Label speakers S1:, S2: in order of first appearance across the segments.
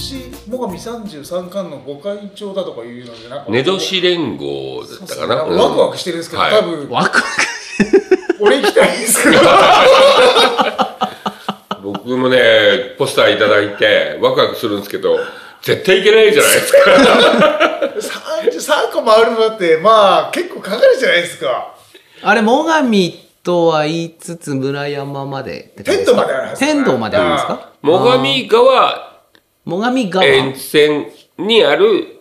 S1: 神33巻のご会長だとかいうのでなんか
S2: 寝年連合だったかな。
S1: そうそうワクワクしてるんですけど、
S2: はい
S1: 多分
S3: ワクワ
S1: 俺行きたいんですけど
S2: 僕もね、ポスターいただいて、ワクワクするんですけど、絶対いけないじゃないですか。
S1: 33個回るのってまあ結構かかるじゃないですか
S3: クあれ最上とは言いつつ村山までって感
S1: 天
S3: じです
S1: 童
S3: か
S1: まであるはず
S3: 天童まであるんですか
S2: 最上川
S3: 最上川、
S2: 沿線にある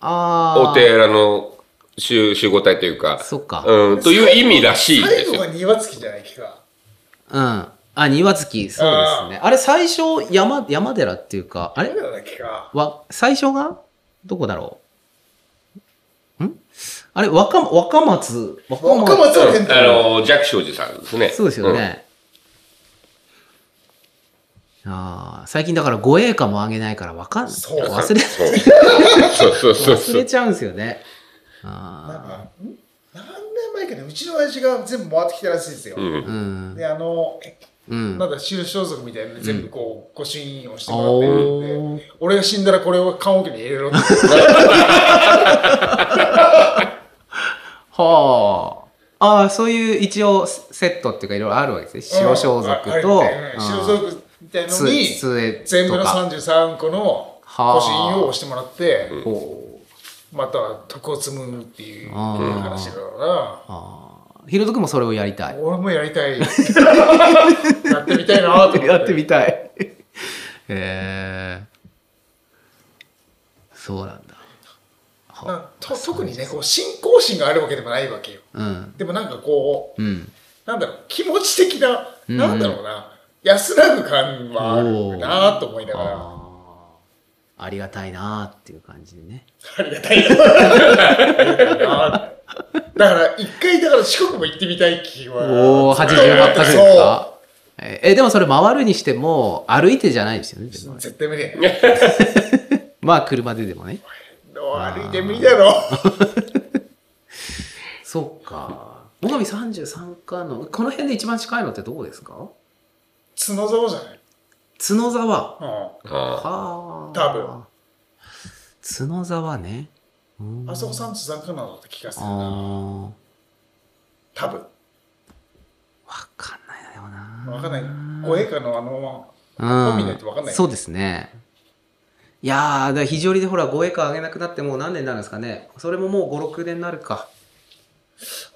S3: ああ
S2: お寺の集集合体というか、
S3: そっか
S2: うん、という意味らしいで
S1: 最
S2: す
S1: 後
S2: よ
S1: が。庭付きじゃないっけか
S3: うんあ庭月そうですねあれ最初山山寺っていうかあれ
S1: 誰だっけか
S3: わ、最初がどこだろううんあれ、若、若松。若
S1: 若松は天童
S2: あの、弱小寺さんですね。
S3: そうですよね。ああ、最近だから護衛歌もあげないからわかんない。
S1: そう
S3: 忘れ、
S2: うん。そうそうそう
S3: 忘
S2: そ
S3: れ
S2: う。
S3: ちゃうんですよね。あ
S1: ん何年前かねうちの親父が全部回ってきたらしいんですよ、
S2: うん
S3: あ、うん。
S1: であの
S3: うん。
S1: なんだ収装族みたいなの全部こう、御朱印をしてもらってるんで、
S3: おー
S1: 俺が死んだらこれを棺桶に入れろって
S3: はあ。ああ、そういう一応セットっていうかいろいろあるわけですね。白装束
S1: うん
S3: と
S1: ああれみたい、な白装束みたいのに
S3: つ杖とか
S1: 全部の33個の
S3: はあ
S1: 御朱印を押してもらって
S3: うんほう
S1: また徳を積むっていう
S3: あー
S1: 話だか
S3: ああ。ひろとくんもそれをやりたい
S1: ら。俺もやりた いやってみたいなと思って
S3: やってみたい。 へえそうなんだ。
S1: なと特にねこう信仰心があるわけでもないわけよ
S3: うん。
S1: でもなんかこう
S3: うん。
S1: なんだろう気持ち的な、
S3: うん
S1: なんだろうな安らぐ感はあるなと思いながら
S3: ああ。ありがたいなーっていう感じでね。
S1: ありがたいなあだから一回だから四国も行ってみたい気は
S3: おお、88泊ですかえーえ、でもそれ回るにしても、歩いてじゃないですよね。で
S1: そう
S3: も
S1: 絶対無理やね
S3: まあ、車ででもね。
S1: どう歩いて無理だろ
S3: そうか。最上33巻の、この辺で一番近いのってどこですか
S1: 角沢じゃない、
S3: 角沢。
S1: う
S2: あ
S3: はあ。
S1: 多分。
S3: 角沢ね。うん
S1: ん、あそこ三十三かなのって気がするな
S3: あ
S1: 多分
S3: あ、わかんないだよな。
S1: わかんない護衛官のあの
S3: うん。
S1: 本見ないとわかんない
S3: そうですね。いやー、だから非常にでほら、護衛官上げなくなってもう何年になるんですかね。それももう5、6年になるか。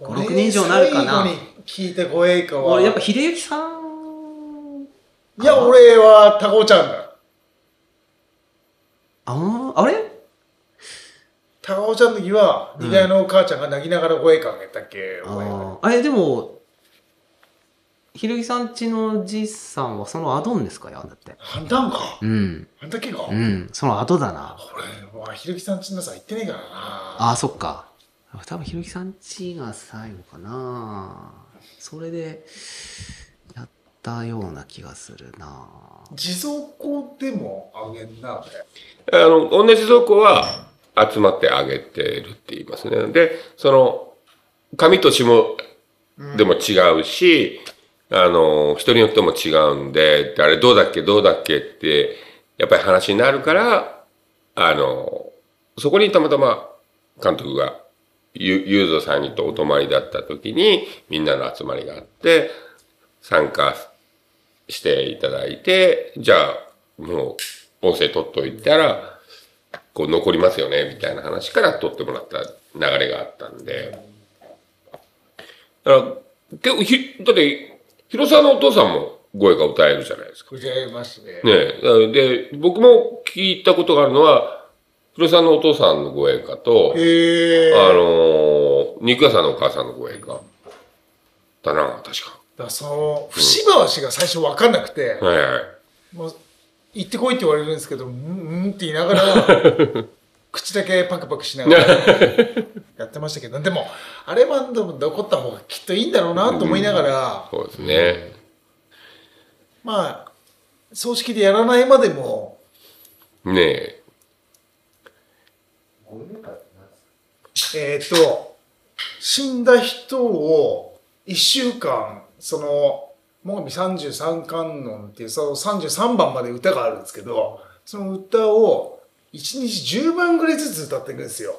S3: 5 6人以上になるかな
S1: 俺最後に聞いた護衛官は
S3: 俺、やっぱ秀幸さん。
S1: いや俺はタコちゃんだ
S3: あーあれ
S1: 高尾ちゃんの時は、二階のお母ちゃんが泣きながら護衛官あげたっけ、
S3: あ
S1: お前が
S3: ーあれ、でも、ひろゆきさんちのじいさんはそのアドンですかよ、だって。
S1: あんたんか。
S3: うん。
S1: あんたっけか。
S3: うん。その後だな。
S1: 俺、わ、ひろきさんちのさ、行ってねえからな。
S3: ああ、そっか。多分ひろゆきさんちが最後かな。それで、やったような気がするな。
S1: 地蔵庫でもあげんな、俺。
S2: あの、同じ蔵庫は集まってあげてるって言いますね。で、その、紙と霜でも違うし、あの、人によっても違うんで、あれどうだっけどうだっけって、やっぱり話になるから、あの、そこにたまたま監督が、ゆ、ゆうぞさんにとお泊まりだった時に、みんなの集まりがあって、参加していただいて、じゃあ、もう、音声取っといたら、こう残りますよね、みたいな話から取ってもらった流れがあったんで。だから、結構ひ、だって、広沢のお父さんも声が歌えるじゃないですか。
S1: ふれますね。
S2: ねえ。で、僕も聞いたことがあるのは、広沢のお父さんの声かと、
S1: へえ。
S2: あのー肉屋さんのお母さんの声か。だな、確か。
S1: だからその、節回しが最初わかんなくて、
S2: はいはい。
S1: もう、行ってこいって言われるんですけど、うん、うんって言いなが ら、口だけパクパクしながらやってましたけど、でも、あれバンドも残った方がきっといいんだろうなと思いながら、
S2: そうですね。
S1: まあ葬式でやらないまでも
S2: ねえ。
S1: えっ、と死んだ人を1週間その最上三十三観音っていうその33番まで歌があるんですけどその歌を1日10番ぐらいずつ歌っていくんですよ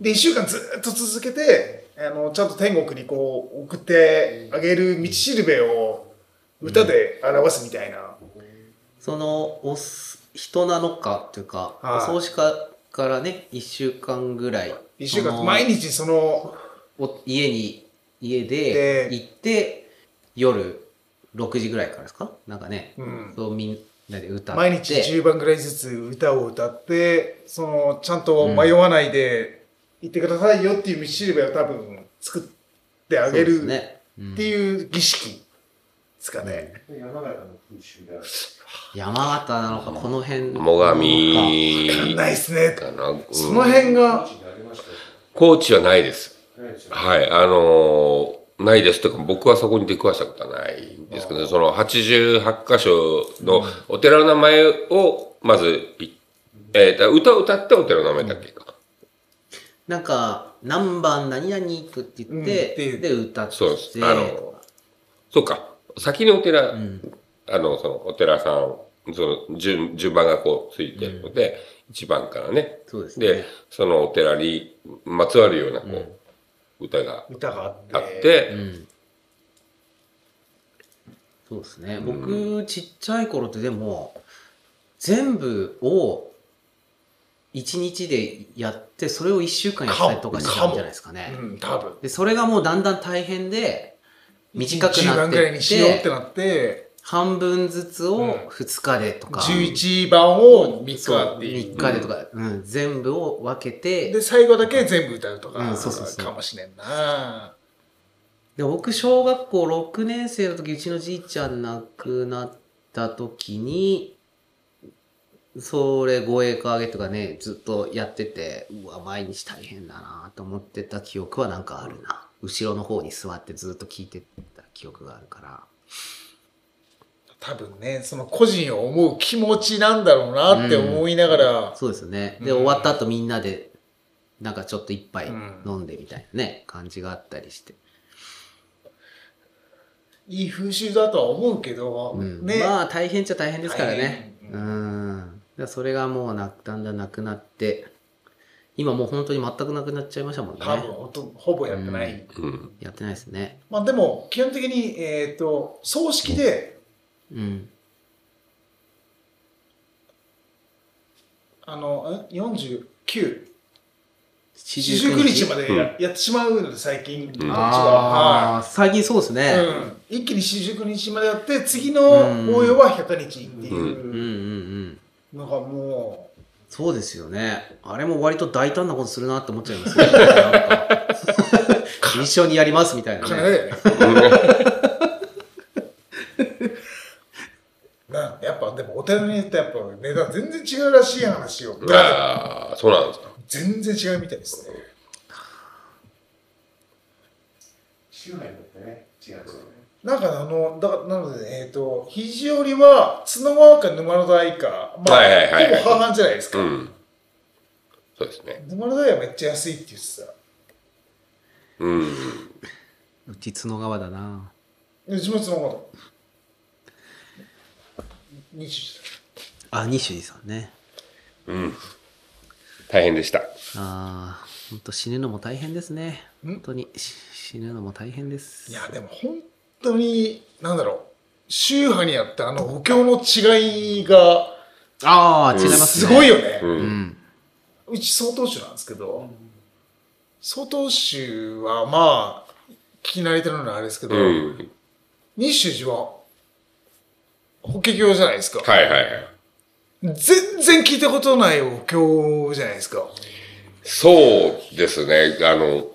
S1: で1週間ずっと続けてあのちゃんと天国にこう送ってあげる道しるべを歌で表すみたいな、
S3: そのおす人なのかというか、
S1: はい
S3: お葬式からね1週間ぐらい
S1: 1週
S3: そ
S1: 間
S3: の
S1: 毎日その
S3: お家に家
S1: で
S3: で行って夜6時ぐらいからですかなんかね、
S1: うん
S3: そうみんなで歌って
S1: 毎日10番ぐらいずつ歌を歌ってそのちゃんと迷わないで行ってくださいよっていう道しるべを多分作ってあげ
S3: そうで
S1: る
S3: す
S1: っ
S3: ね、うん
S1: ていう儀式ですかね。
S4: 山形の風習がある。
S3: 山形なのかこの辺
S2: 最
S3: なのか
S1: わかん
S2: 上
S1: ないですね。
S2: かな、うん
S1: その辺が、
S4: ありましたよ
S2: 高知はないです。
S4: ないですよ
S2: はい、あのーないですというか、僕はそこに出くわしたことはないんですけど、その88箇所のお寺の名前を、まずい、えーと歌を歌ったお寺の名前だっけか。
S3: なんか何番何々行くって言って、
S1: うん
S3: で歌って
S2: そうです。あの、そうか。先にお寺、あの、その、お寺さん、その、順、順番がこう、ついてるので、一番からね。
S3: そうですね
S2: で、そのお寺にまつわるような、こう、歌が
S1: 歌があって。
S2: あって、
S3: うんそうですね。僕、ちっちゃい頃ってでも、全部を1日でやって、それを1週間やったりとかしてたんじゃないですかね。
S1: うん、多分。
S3: で、それがもうだんだん大変で、短く
S1: 10
S3: な
S1: 番
S3: っ
S1: ぐらい
S3: て
S1: に
S3: っ
S1: しようって
S3: て、
S1: なって、
S3: 半分ずつを2日でとか、
S1: 11番を3日
S3: そ
S1: っ
S3: う
S1: てい
S3: 3
S1: う。
S3: 日でとか、うん全部を分けて、
S1: で、最後だけ全部歌うとか、
S3: うんそうそうそう
S1: かもしれんな。
S3: で僕小学校6年生の時うちのじいちゃん亡くなった時にそれ護衛課上げとかねずっとやっててうわ毎日大変だなと思ってた記憶はなんかあるな後ろの方に座ってずっと聞いてた記憶があるから
S1: 多分ね、その個人を思う気持ちなんだろうなって思いながら、
S3: そうですよねで終わった後みんなでなんかちょっと一杯
S1: ん
S3: 飲んでみたいなね感じがあったりして、
S1: いい風習だとは思うけど、
S3: うん
S1: ね。
S3: まあ大変っちゃ大変ですからね。
S1: 大変う
S3: うん。だからそれがもうなだんだんなくなって、今もう本当に全くなくなっちゃいましたもんね。
S1: 多分ほと、ほぼやってない。
S3: うん
S2: うん。
S3: やってないですね。
S1: まあでも、基本的に、えっ、と、葬式で、
S3: うん。
S1: あの、ん49。
S3: 四
S1: 四十九日までや,、ってしまうので最近こっちは、
S3: ああ、
S1: は
S3: 最近そうです
S1: い、
S3: ね。
S1: うん、一気に四十九日までやって次の応用は100日って
S3: うん、うん、う。
S1: いうんのがもう
S3: そうですよね。あれも割と大胆なことするなって思っちゃいますね。なんか一緒にやりますみたいな
S1: 金
S3: ね。
S1: だよね。なやっぱでもお寺によってやっぱ値段全然違うらしい話を
S2: ああ、そうなんですか。
S1: 全然違うみたいですね
S4: 周辺だってね、違うんですよね。
S1: なんかあのだからなのでえっ、と肘折は角川か沼の台かまあ、
S2: はいはいはいはい
S1: ほぼ半々じゃないですか、
S2: うん。そうですね。
S1: 沼の台はめっちゃ安いって言ってた
S2: うん。
S3: うち角川だな。
S1: うちもつのこと。にし
S3: あ、西井さんね。
S2: 大変でした。
S3: ああ、本当死ぬのも大変ですね。
S1: ん
S3: 本当にし死ぬのも大変です。
S1: いや、でも本当に、なんだろう。宗派にあってあのお経の違いが
S3: ああ、違います
S1: す
S3: ね。
S1: ごいよね。う
S3: うん。
S1: ち曹洞宗なんですけど、曹洞宗はまあ、聞き慣れてるのはあれですけど、
S2: うん。
S1: 日州寺は、法華経じゃないですか。
S2: はいはいはい。
S1: 全然聞いたことないお経じゃないですか。
S2: そうですね。あの、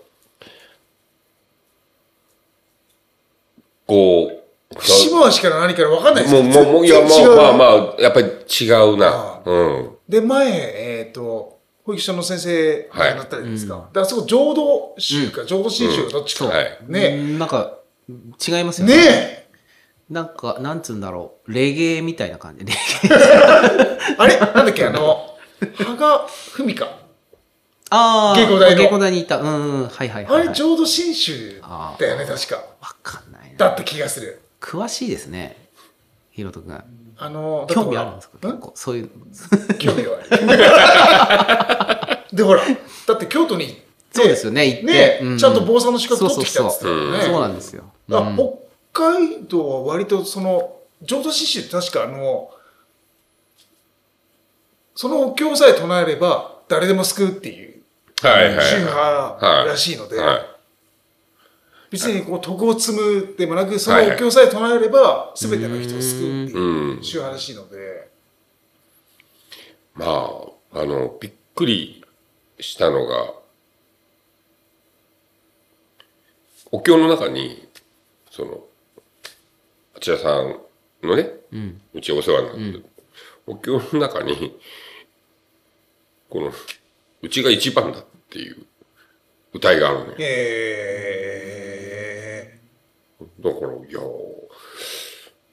S2: こう、
S1: 節
S2: そ
S1: 回しから何から分かんないです
S2: もう、もう、もう、いや、
S1: 全然違
S2: ま
S1: う
S2: あまあまあ、やっぱり違うな
S1: あ。
S2: うん。
S1: で、前、えっ、と、保育所の先生になったじゃないですか。だからそこ、浄土宗か、浄土真宗か、どっちか。
S3: そう
S2: はい
S1: ね
S3: なんか、違います
S1: え。
S3: よ
S1: ね
S3: ね。
S1: え。
S3: なんか、なんつうんだろう。レゲエみたいな感 じで。
S1: あれなんだっけ、あの、羽賀文香。
S3: ああ、
S1: 稽古台の
S3: 稽古台にいた。うん、うんはいはい
S1: あ
S3: はい、
S1: れ、
S3: はい。
S1: 浄土真宗だよね、確か。
S3: わかんないな。
S1: だった気がする。
S3: 詳しいですね。ひろとくん。
S1: あの
S3: 興味あるんですか
S1: だって
S3: 結
S1: ほ
S3: 構そういう
S1: ら興味はあるでほらだって京都に行って
S3: そうですよね行って
S1: ね
S3: うん
S1: ちゃんと坊さんの資格取ってきたっつってた
S3: そう
S1: よね
S3: そうなんですよ、
S1: だ
S3: う
S1: から
S3: ん
S1: 北海道は割とその浄土真宗って確かあのそのお経さえ唱えれば誰でも救うっていう
S2: はいはい。
S1: 宗派らしいので、
S2: はい。
S1: 別にこう徳を積むでもなくそ
S2: はいは
S1: の
S2: い
S1: お経さえ唱えれば全ての人を救うって
S2: う。
S1: いうん宗派らしいので
S2: まあ、あの、びっくりしたのが、お経の中に、その、あちらさんのね、うちお世話になってる、お経の中に、この、うちが一番だっていう歌いがあるのよ。
S1: え
S2: だから、いやー、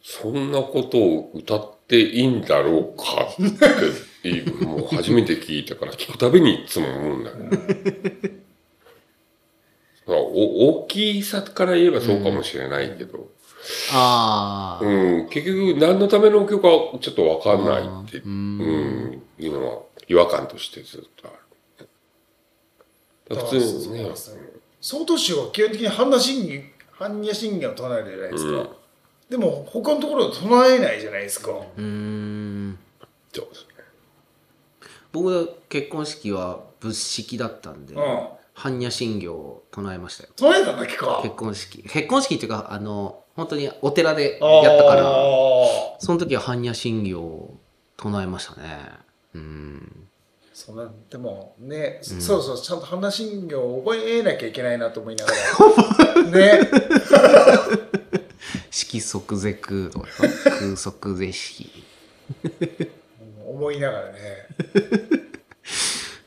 S2: そんなことを歌っていいんだろうかっていう、もう初めて聞いたから聞くたびにいつも思うんだけど。まあお大きさから言えばそうかもしれないけど、
S3: あ
S2: う
S3: あ、
S2: ん、結局何のための曲かちょっとわかんないって、
S3: う
S2: うんん、いうのは違和感としてずっとある。
S1: だ
S2: だ
S1: か
S2: からら普
S1: そ
S2: 通
S1: う
S2: に
S1: なん
S2: ね
S1: で、すね曹洞宗は基本的に般若心経般若心経を唱えるじゃないですか、
S2: うん
S1: でも他のところは唱えないじゃないですか、
S3: うーん
S2: そうですね。
S3: 僕の結婚式は仏式だったんで、
S1: うん
S3: 般若心経を唱えましたよ
S1: 唱えただけ か
S3: 結婚式結婚式っていうかあの本当にお寺でやったから
S1: あー
S3: その時は般若心経を唱えましたねうん
S1: そんなでもね、そそうそうちゃんと話人形を覚えなきゃいけないなと思いながらね
S3: 色即是 空とか空即是色
S1: 思いながらね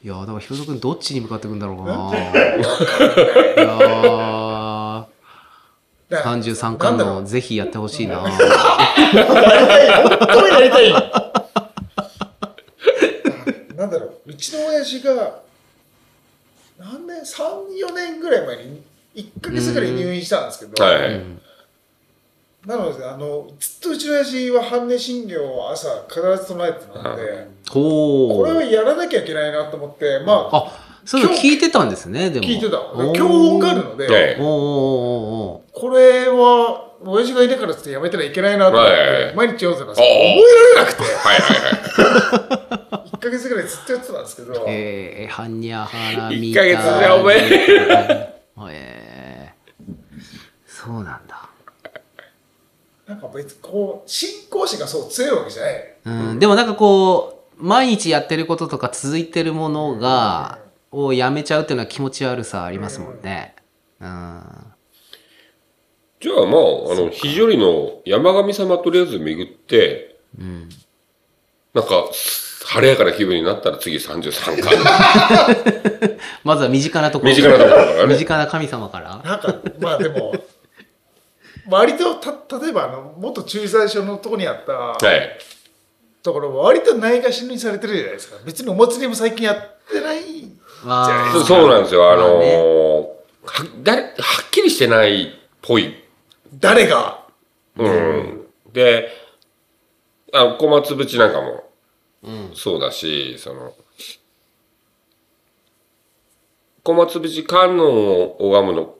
S3: いやーだからヒロト君どっちに向かってくんだろうか
S1: だか
S3: ないや
S1: ら
S3: ー33巻
S1: なんだろ
S3: の
S1: う
S3: ぜひやってほしいな
S1: どうやりたいあ なんだろううちの親父が何年34年ぐらい前に1か月ぐらい入院したんですけど、
S2: はい、
S3: うん
S1: なのであのずっとうちの親父は般若心経を朝必ず唱えてたので、
S3: ほ
S1: これを
S3: ー
S1: やらなきゃいけないなと思ってまあ
S3: あそういうの聞いてたんですねでも
S1: 聞いてた
S3: おー
S1: 教本があるので、
S2: え
S3: おーおーおーお
S1: これは親父がいなからっつってやめたらいけないなと思って、
S2: はい
S1: 毎日読んでたんです
S2: あ
S1: け
S2: あ
S1: ど覚えられなくて
S2: はいはいはい。
S1: 1か月ぐらいずっとやってたんですけど、
S3: ーえー、はんにゃはらみ
S2: 一ヶ月じゃ覚
S3: ええーそうなんだ
S1: なんか別にこう信仰心がそう強いわけじゃない
S3: うん、でもなんかこう、毎日やってることとか続いてるものが、をやめちゃうっていうのは気持ち悪さありますもんね。うん。
S2: じゃあまあ、あの、肘折の山神様とりあえず巡って、
S3: うん。
S2: なんか、晴れやかな気分になったら次33回。
S3: まずは身近なところ。
S2: 身近なところからね
S3: 身近な神様から。
S1: なんかまあでも割とた例えばあの元駐在所のとこにあった
S2: はい。
S1: ところは割とないがしろにされてるじゃないですか別にお祭りも最近やってない
S3: あ
S2: そ
S3: ー
S2: そうなんですよ。あの
S3: まあ
S2: ー
S3: ね
S2: は、誰、はっきりしてないっぽい。
S1: 誰が
S2: うん。で、あ小松淵なんかも
S3: うん。
S2: そうだし、その、小松淵観音を拝むの、こ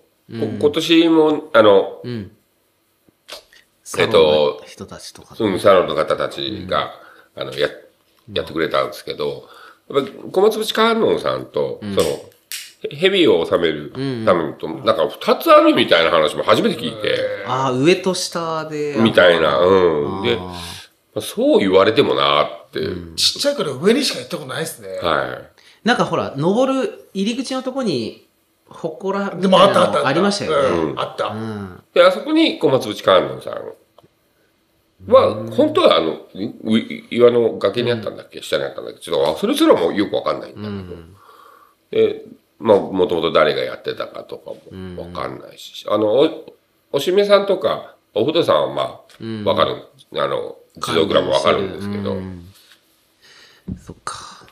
S2: 今年も、あの、
S3: うん。
S2: えっと
S3: サロンの人たちとか。
S2: うん、サロンの方たちが、あの、や、やってくれたんですけど、やっぱり小松淵観音さんと、その、へ蛇を収めるためにと、なんか二つあるみたいな話も初めて聞いて、
S3: ああ、上と下で。
S2: みたいな、うん。で、ま
S3: あー
S2: あそう言われてもなって、
S1: ちっちゃいから上にしか行ったことないですね、
S2: は
S3: なんかほら、登る入り口のとこに、ほこら、
S1: でもあったあった
S3: ありましたよね。
S1: うんあった、
S3: うん。
S2: い。で、あそこに小松淵観音さんは、本当はあの、うう岩の崖にあったんだっけ、下にあったんだっけちょっと、あそれすらもよくわかんないんだけど、で、まあ、もともと誰がやってたかとかもわかんないし、あの、お、おしめさんとか、おふとさんはまあ、わかる、あの、自動グラムわかるんですけど、
S3: そっか。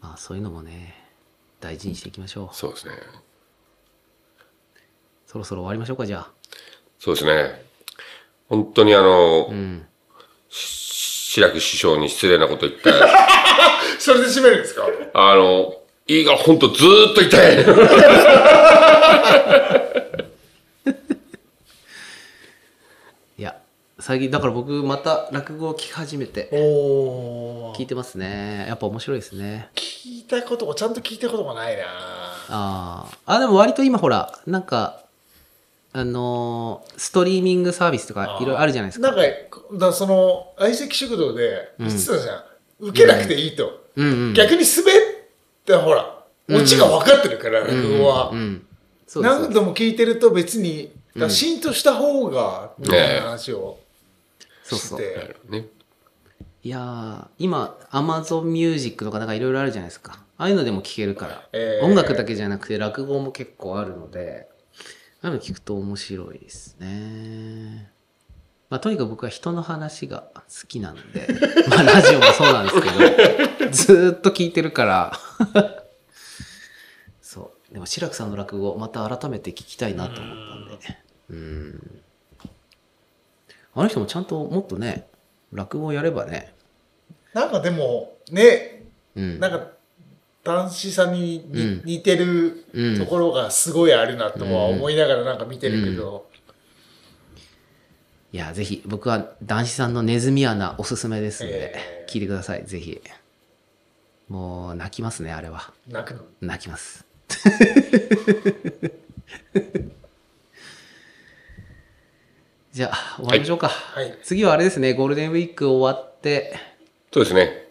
S3: まあそういうのもね、大事にしていきましょう。
S2: そうですね。
S3: そろそろ終わりましょうか、じゃあ。
S2: そうですね。本当にあの、
S3: うん。
S2: 白く師匠に失礼なこと言った。
S1: それで締めるんですか
S2: あの、いいが本当ずーっと痛 い。
S3: いや、最近、だから僕、また落語を聞き始めて、
S1: お
S3: 聞いてますね。やっぱ面白いですね。
S1: 聞いたことちゃんと聞いたことがないな
S3: あーあ、でも割と今ほら、なんか、あのーストリーミングサービスとかいろいろあるじゃないですか。
S1: なんかだその相席食堂で言ってたじゃん、受けなくていいと、
S3: うんうん。
S1: 逆に滑ってほらオチが分かってるから、落語は、
S3: うんうん。そうですそう
S1: 何
S3: です
S1: 度も聞いてると別にだから浸透した方がみたいな話を
S3: そう
S1: して、
S3: そう。
S2: ね。
S3: いやー、今、アマゾンミュージックとかなんかいろいろあるじゃないですか。ああいうのでも聴けるから、
S1: えー
S3: 音楽だけじゃなくて落語も結構あるので、ああいうの聞くと面白いですね。まあ、とにかく僕は人の話が好きなんで、まあ、ラジオもそうなんですけど、ずーっと聞いてるから、 そう。でも、志らくさんの落語、また改めて聞きたいなと思ったんで。うん。あの人もちゃんともっとね、落語やればね、
S1: なんかでもね
S3: うん。
S1: なんか男子さんにに
S3: うん
S1: 似てる
S3: うん
S1: ところがすごいあるなとは思いながらなんか見てるけど、
S3: いや、ぜひ、僕は男子さんのネズミ穴おすすめですんで、
S1: えー
S3: 聞いてください、ぜひ。もう、泣きますね、あれは。
S1: 泣くの
S3: 泣きます。 じゃあ、終わりましょうか。
S1: いはい
S3: 次はあれですね、ゴールデンウィーク終わって、
S2: そうですね。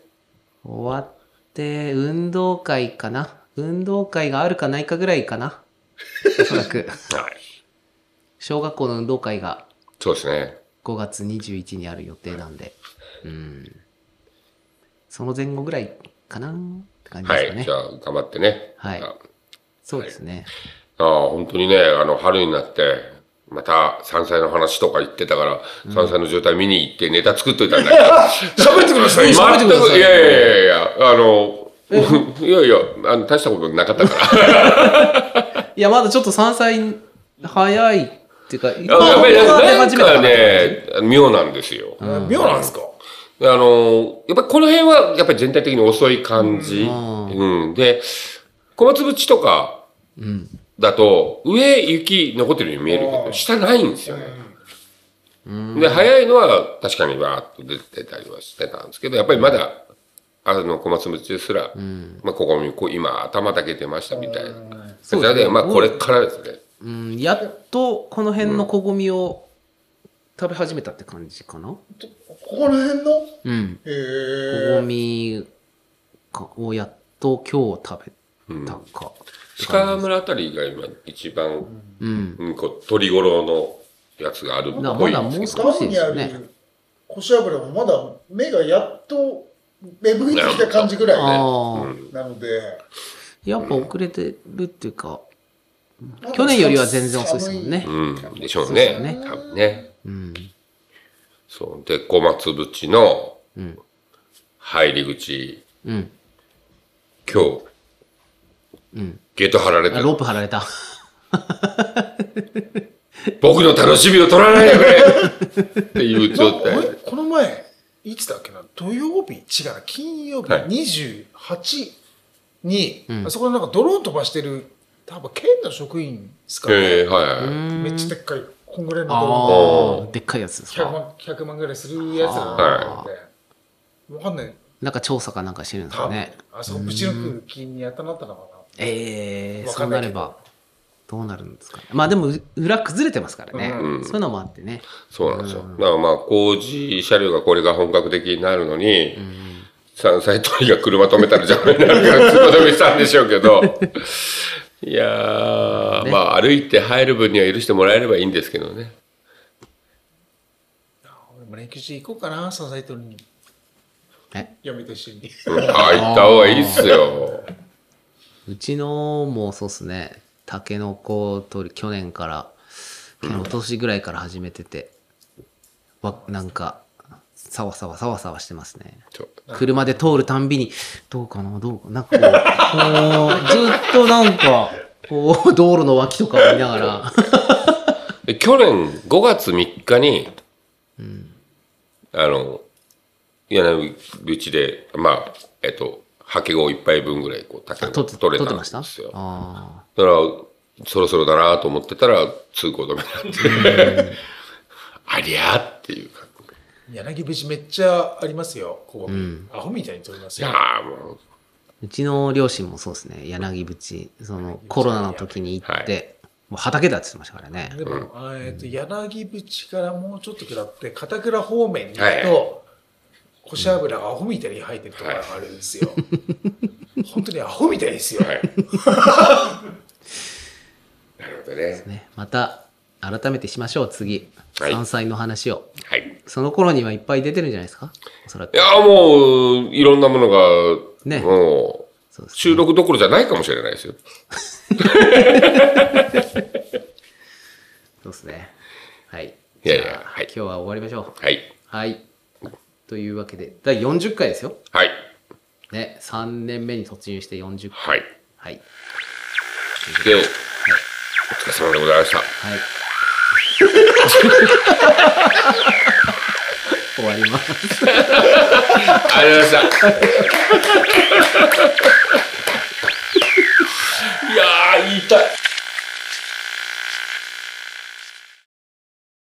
S3: 終わって、運動会かな運動会があるかないかぐらいかなおそら く。
S2: はい。
S3: 小学校の運動会が
S2: そうですね。
S3: 5月21日にある予定なんで、うん。その前後ぐらいかなって感じ
S2: は
S3: ですか
S2: い。
S3: ね。
S2: じゃあ、頑張ってね。
S3: はい
S2: あ
S3: そうですね。
S2: ああ、本当にね、あの、春になって、また山菜の話とか言ってたから、山菜の状態見に行ってネタ作っといたんだけど、喋ってください、
S3: 喋ってください
S2: いやいやいやいや、あの、いやいや、あの、大したことなかったから。
S3: いや、まだちょっと山菜早いっていうか、
S2: あのやっぱり
S3: まあ
S2: なん
S3: 始めた
S2: か
S3: な
S2: ね、妙なんですよ。あ
S1: 妙なんですか
S2: の、やっぱりこの辺は、やっぱり全体的に遅い感じ。
S3: うん
S2: うん。で、小松淵とか、
S3: うん。
S2: だと、上雪残ってるように見えるけど、下ないんですよね。で、早いのは確かにわーっと出てたりはしてたんですけど、やっぱりまだ、あの、小松口ですら、まあ、ここに、こう、今、頭だけ出ましたみたいな。
S3: そ
S2: そう
S3: ですね
S2: れで、まあ、これからですね。
S3: うん、やっとこの辺の小ごみを食べ始めたって感じかな。
S1: ここら辺の
S3: うん。
S1: へ
S3: 小ご
S1: ー
S3: みかをやっと今日食べたか。
S2: 鹿村あたりが今、一番、
S3: うん。
S2: うん、こう、鳥頃のやつがあるっ
S3: な
S2: ぽ
S3: ま
S2: い
S3: だ
S2: んです
S3: も
S2: け
S3: う
S2: ど。
S3: 少しです
S1: ダムにあ
S3: ね。
S1: る腰油もまだ目がやっと芽吹いてきた感じぐらいね
S3: ああ、
S1: なので
S3: やっぱ遅れてるっていうか、去年よりは全然遅いですもんね。
S2: うん、でしょう
S3: そうです
S2: ね。
S3: よね
S2: 多分ね。
S3: うん。
S2: そう。で、小松淵の
S3: うん。
S2: 入り口、
S3: うん。
S2: 今日、
S3: うん。
S2: ゲート張られて
S3: あ
S2: る
S3: ロープ張られた。
S2: 僕の楽しみを取らないでくれっていう
S1: なん
S2: 状
S1: か
S2: 態
S1: 俺この前いつだっけな土曜日違うな金曜日
S2: はい
S1: 28に、
S3: うん
S1: あそこでなんかドローン飛ばしてる多分県の職員ですか、
S2: ええはいはい、
S1: め
S3: め
S1: っちゃでっかいこんぐらいのドローン
S3: ああ、でっかいやつです
S1: 100
S3: か。
S1: 万 ,100 万ぐらいするやつだなっ
S3: は
S1: て、わかんない
S3: なんか調査かなんかしてるんです
S1: 多
S3: か
S1: 分、
S3: ね。
S1: あそこぶち抜く気にやったなったのかな
S3: ええ
S1: わ
S3: そ
S1: か
S3: うん
S1: な
S3: ないれ
S1: けど
S3: ば、どうなるんですかね。まあでも、う裏崩れてますからね。
S2: うん
S3: そういうのもあってね。
S2: そうなんですよ、だからまあ工事車両がこれが本格的になるのに、山菜取りが車止めたら邪魔になるからつまみしたんでしょうけ どいやー、まあ歩いて入る分には許してもらえればいいんですけどね
S1: 俺も連休中行こうかなそのサイトに
S3: え
S1: 嫁と一緒に
S2: うんあ行った方がいいっすよ
S3: うちのもそうっすね、タケノコ取り、去年から、去年、お年ぐらいから始めてて、わ、なんか、さわさわさわさわしてますね。
S2: ちょ
S3: 車で通るたんびに、どうかな、どうかな、なんかこう、こうずっとなんか、こう、道路の脇とかを見ながら、
S2: で去年5月3日にあの、柳口で、まあ、えっと、ハケゴ一杯分ぐらい、こう、竹
S3: あ
S2: が
S3: 取って、
S2: 取
S3: 取
S2: れ
S3: ったて
S2: んで
S3: まし
S2: す
S3: た
S2: よ。
S3: ああ
S2: だから、そろそろだなと思ってたら、通行止めになって。ありゃーっていう感じ。
S1: 柳節めっちゃありますよ、ここ。アホみたいに取ります
S2: いや
S1: よ。
S2: ーもう、
S3: ー。うちの両親もそうですね。柳淵、そのコロナの時に行って、
S2: は
S3: もう畑だって言ってましたからね。
S1: でも、あーえっと、柳淵からもうちょっと下って、片倉方面に行
S2: はい
S1: くと、腰油がアホみたいに入ってるところがあるんですよ。本当にアホみたいですよ。
S2: はい。 なるほどね。
S3: ね、また、改めてしましょう、次。
S2: はい
S3: 山菜の話を。
S2: はい。い
S3: その頃にはいっぱい出てるんじゃないですかおそらく。
S2: やーもう、いろんなものが、
S3: ね
S2: もう、
S3: そうですね
S2: 収録どころじゃないかもしれないですよ。
S3: そうですね。はい。
S2: いやいや
S3: じゃあ
S2: はい
S3: 今日は終わりましょう。
S2: はい。
S3: はい。というわけで、第40回ですよ。
S2: はい。
S3: ね、3年目に突入して40
S2: は
S3: 回。
S2: い。
S3: はい。
S2: で、お疲れ様でございました。
S3: はい。終わります。
S2: ありが とうございました。いやー、言いたい。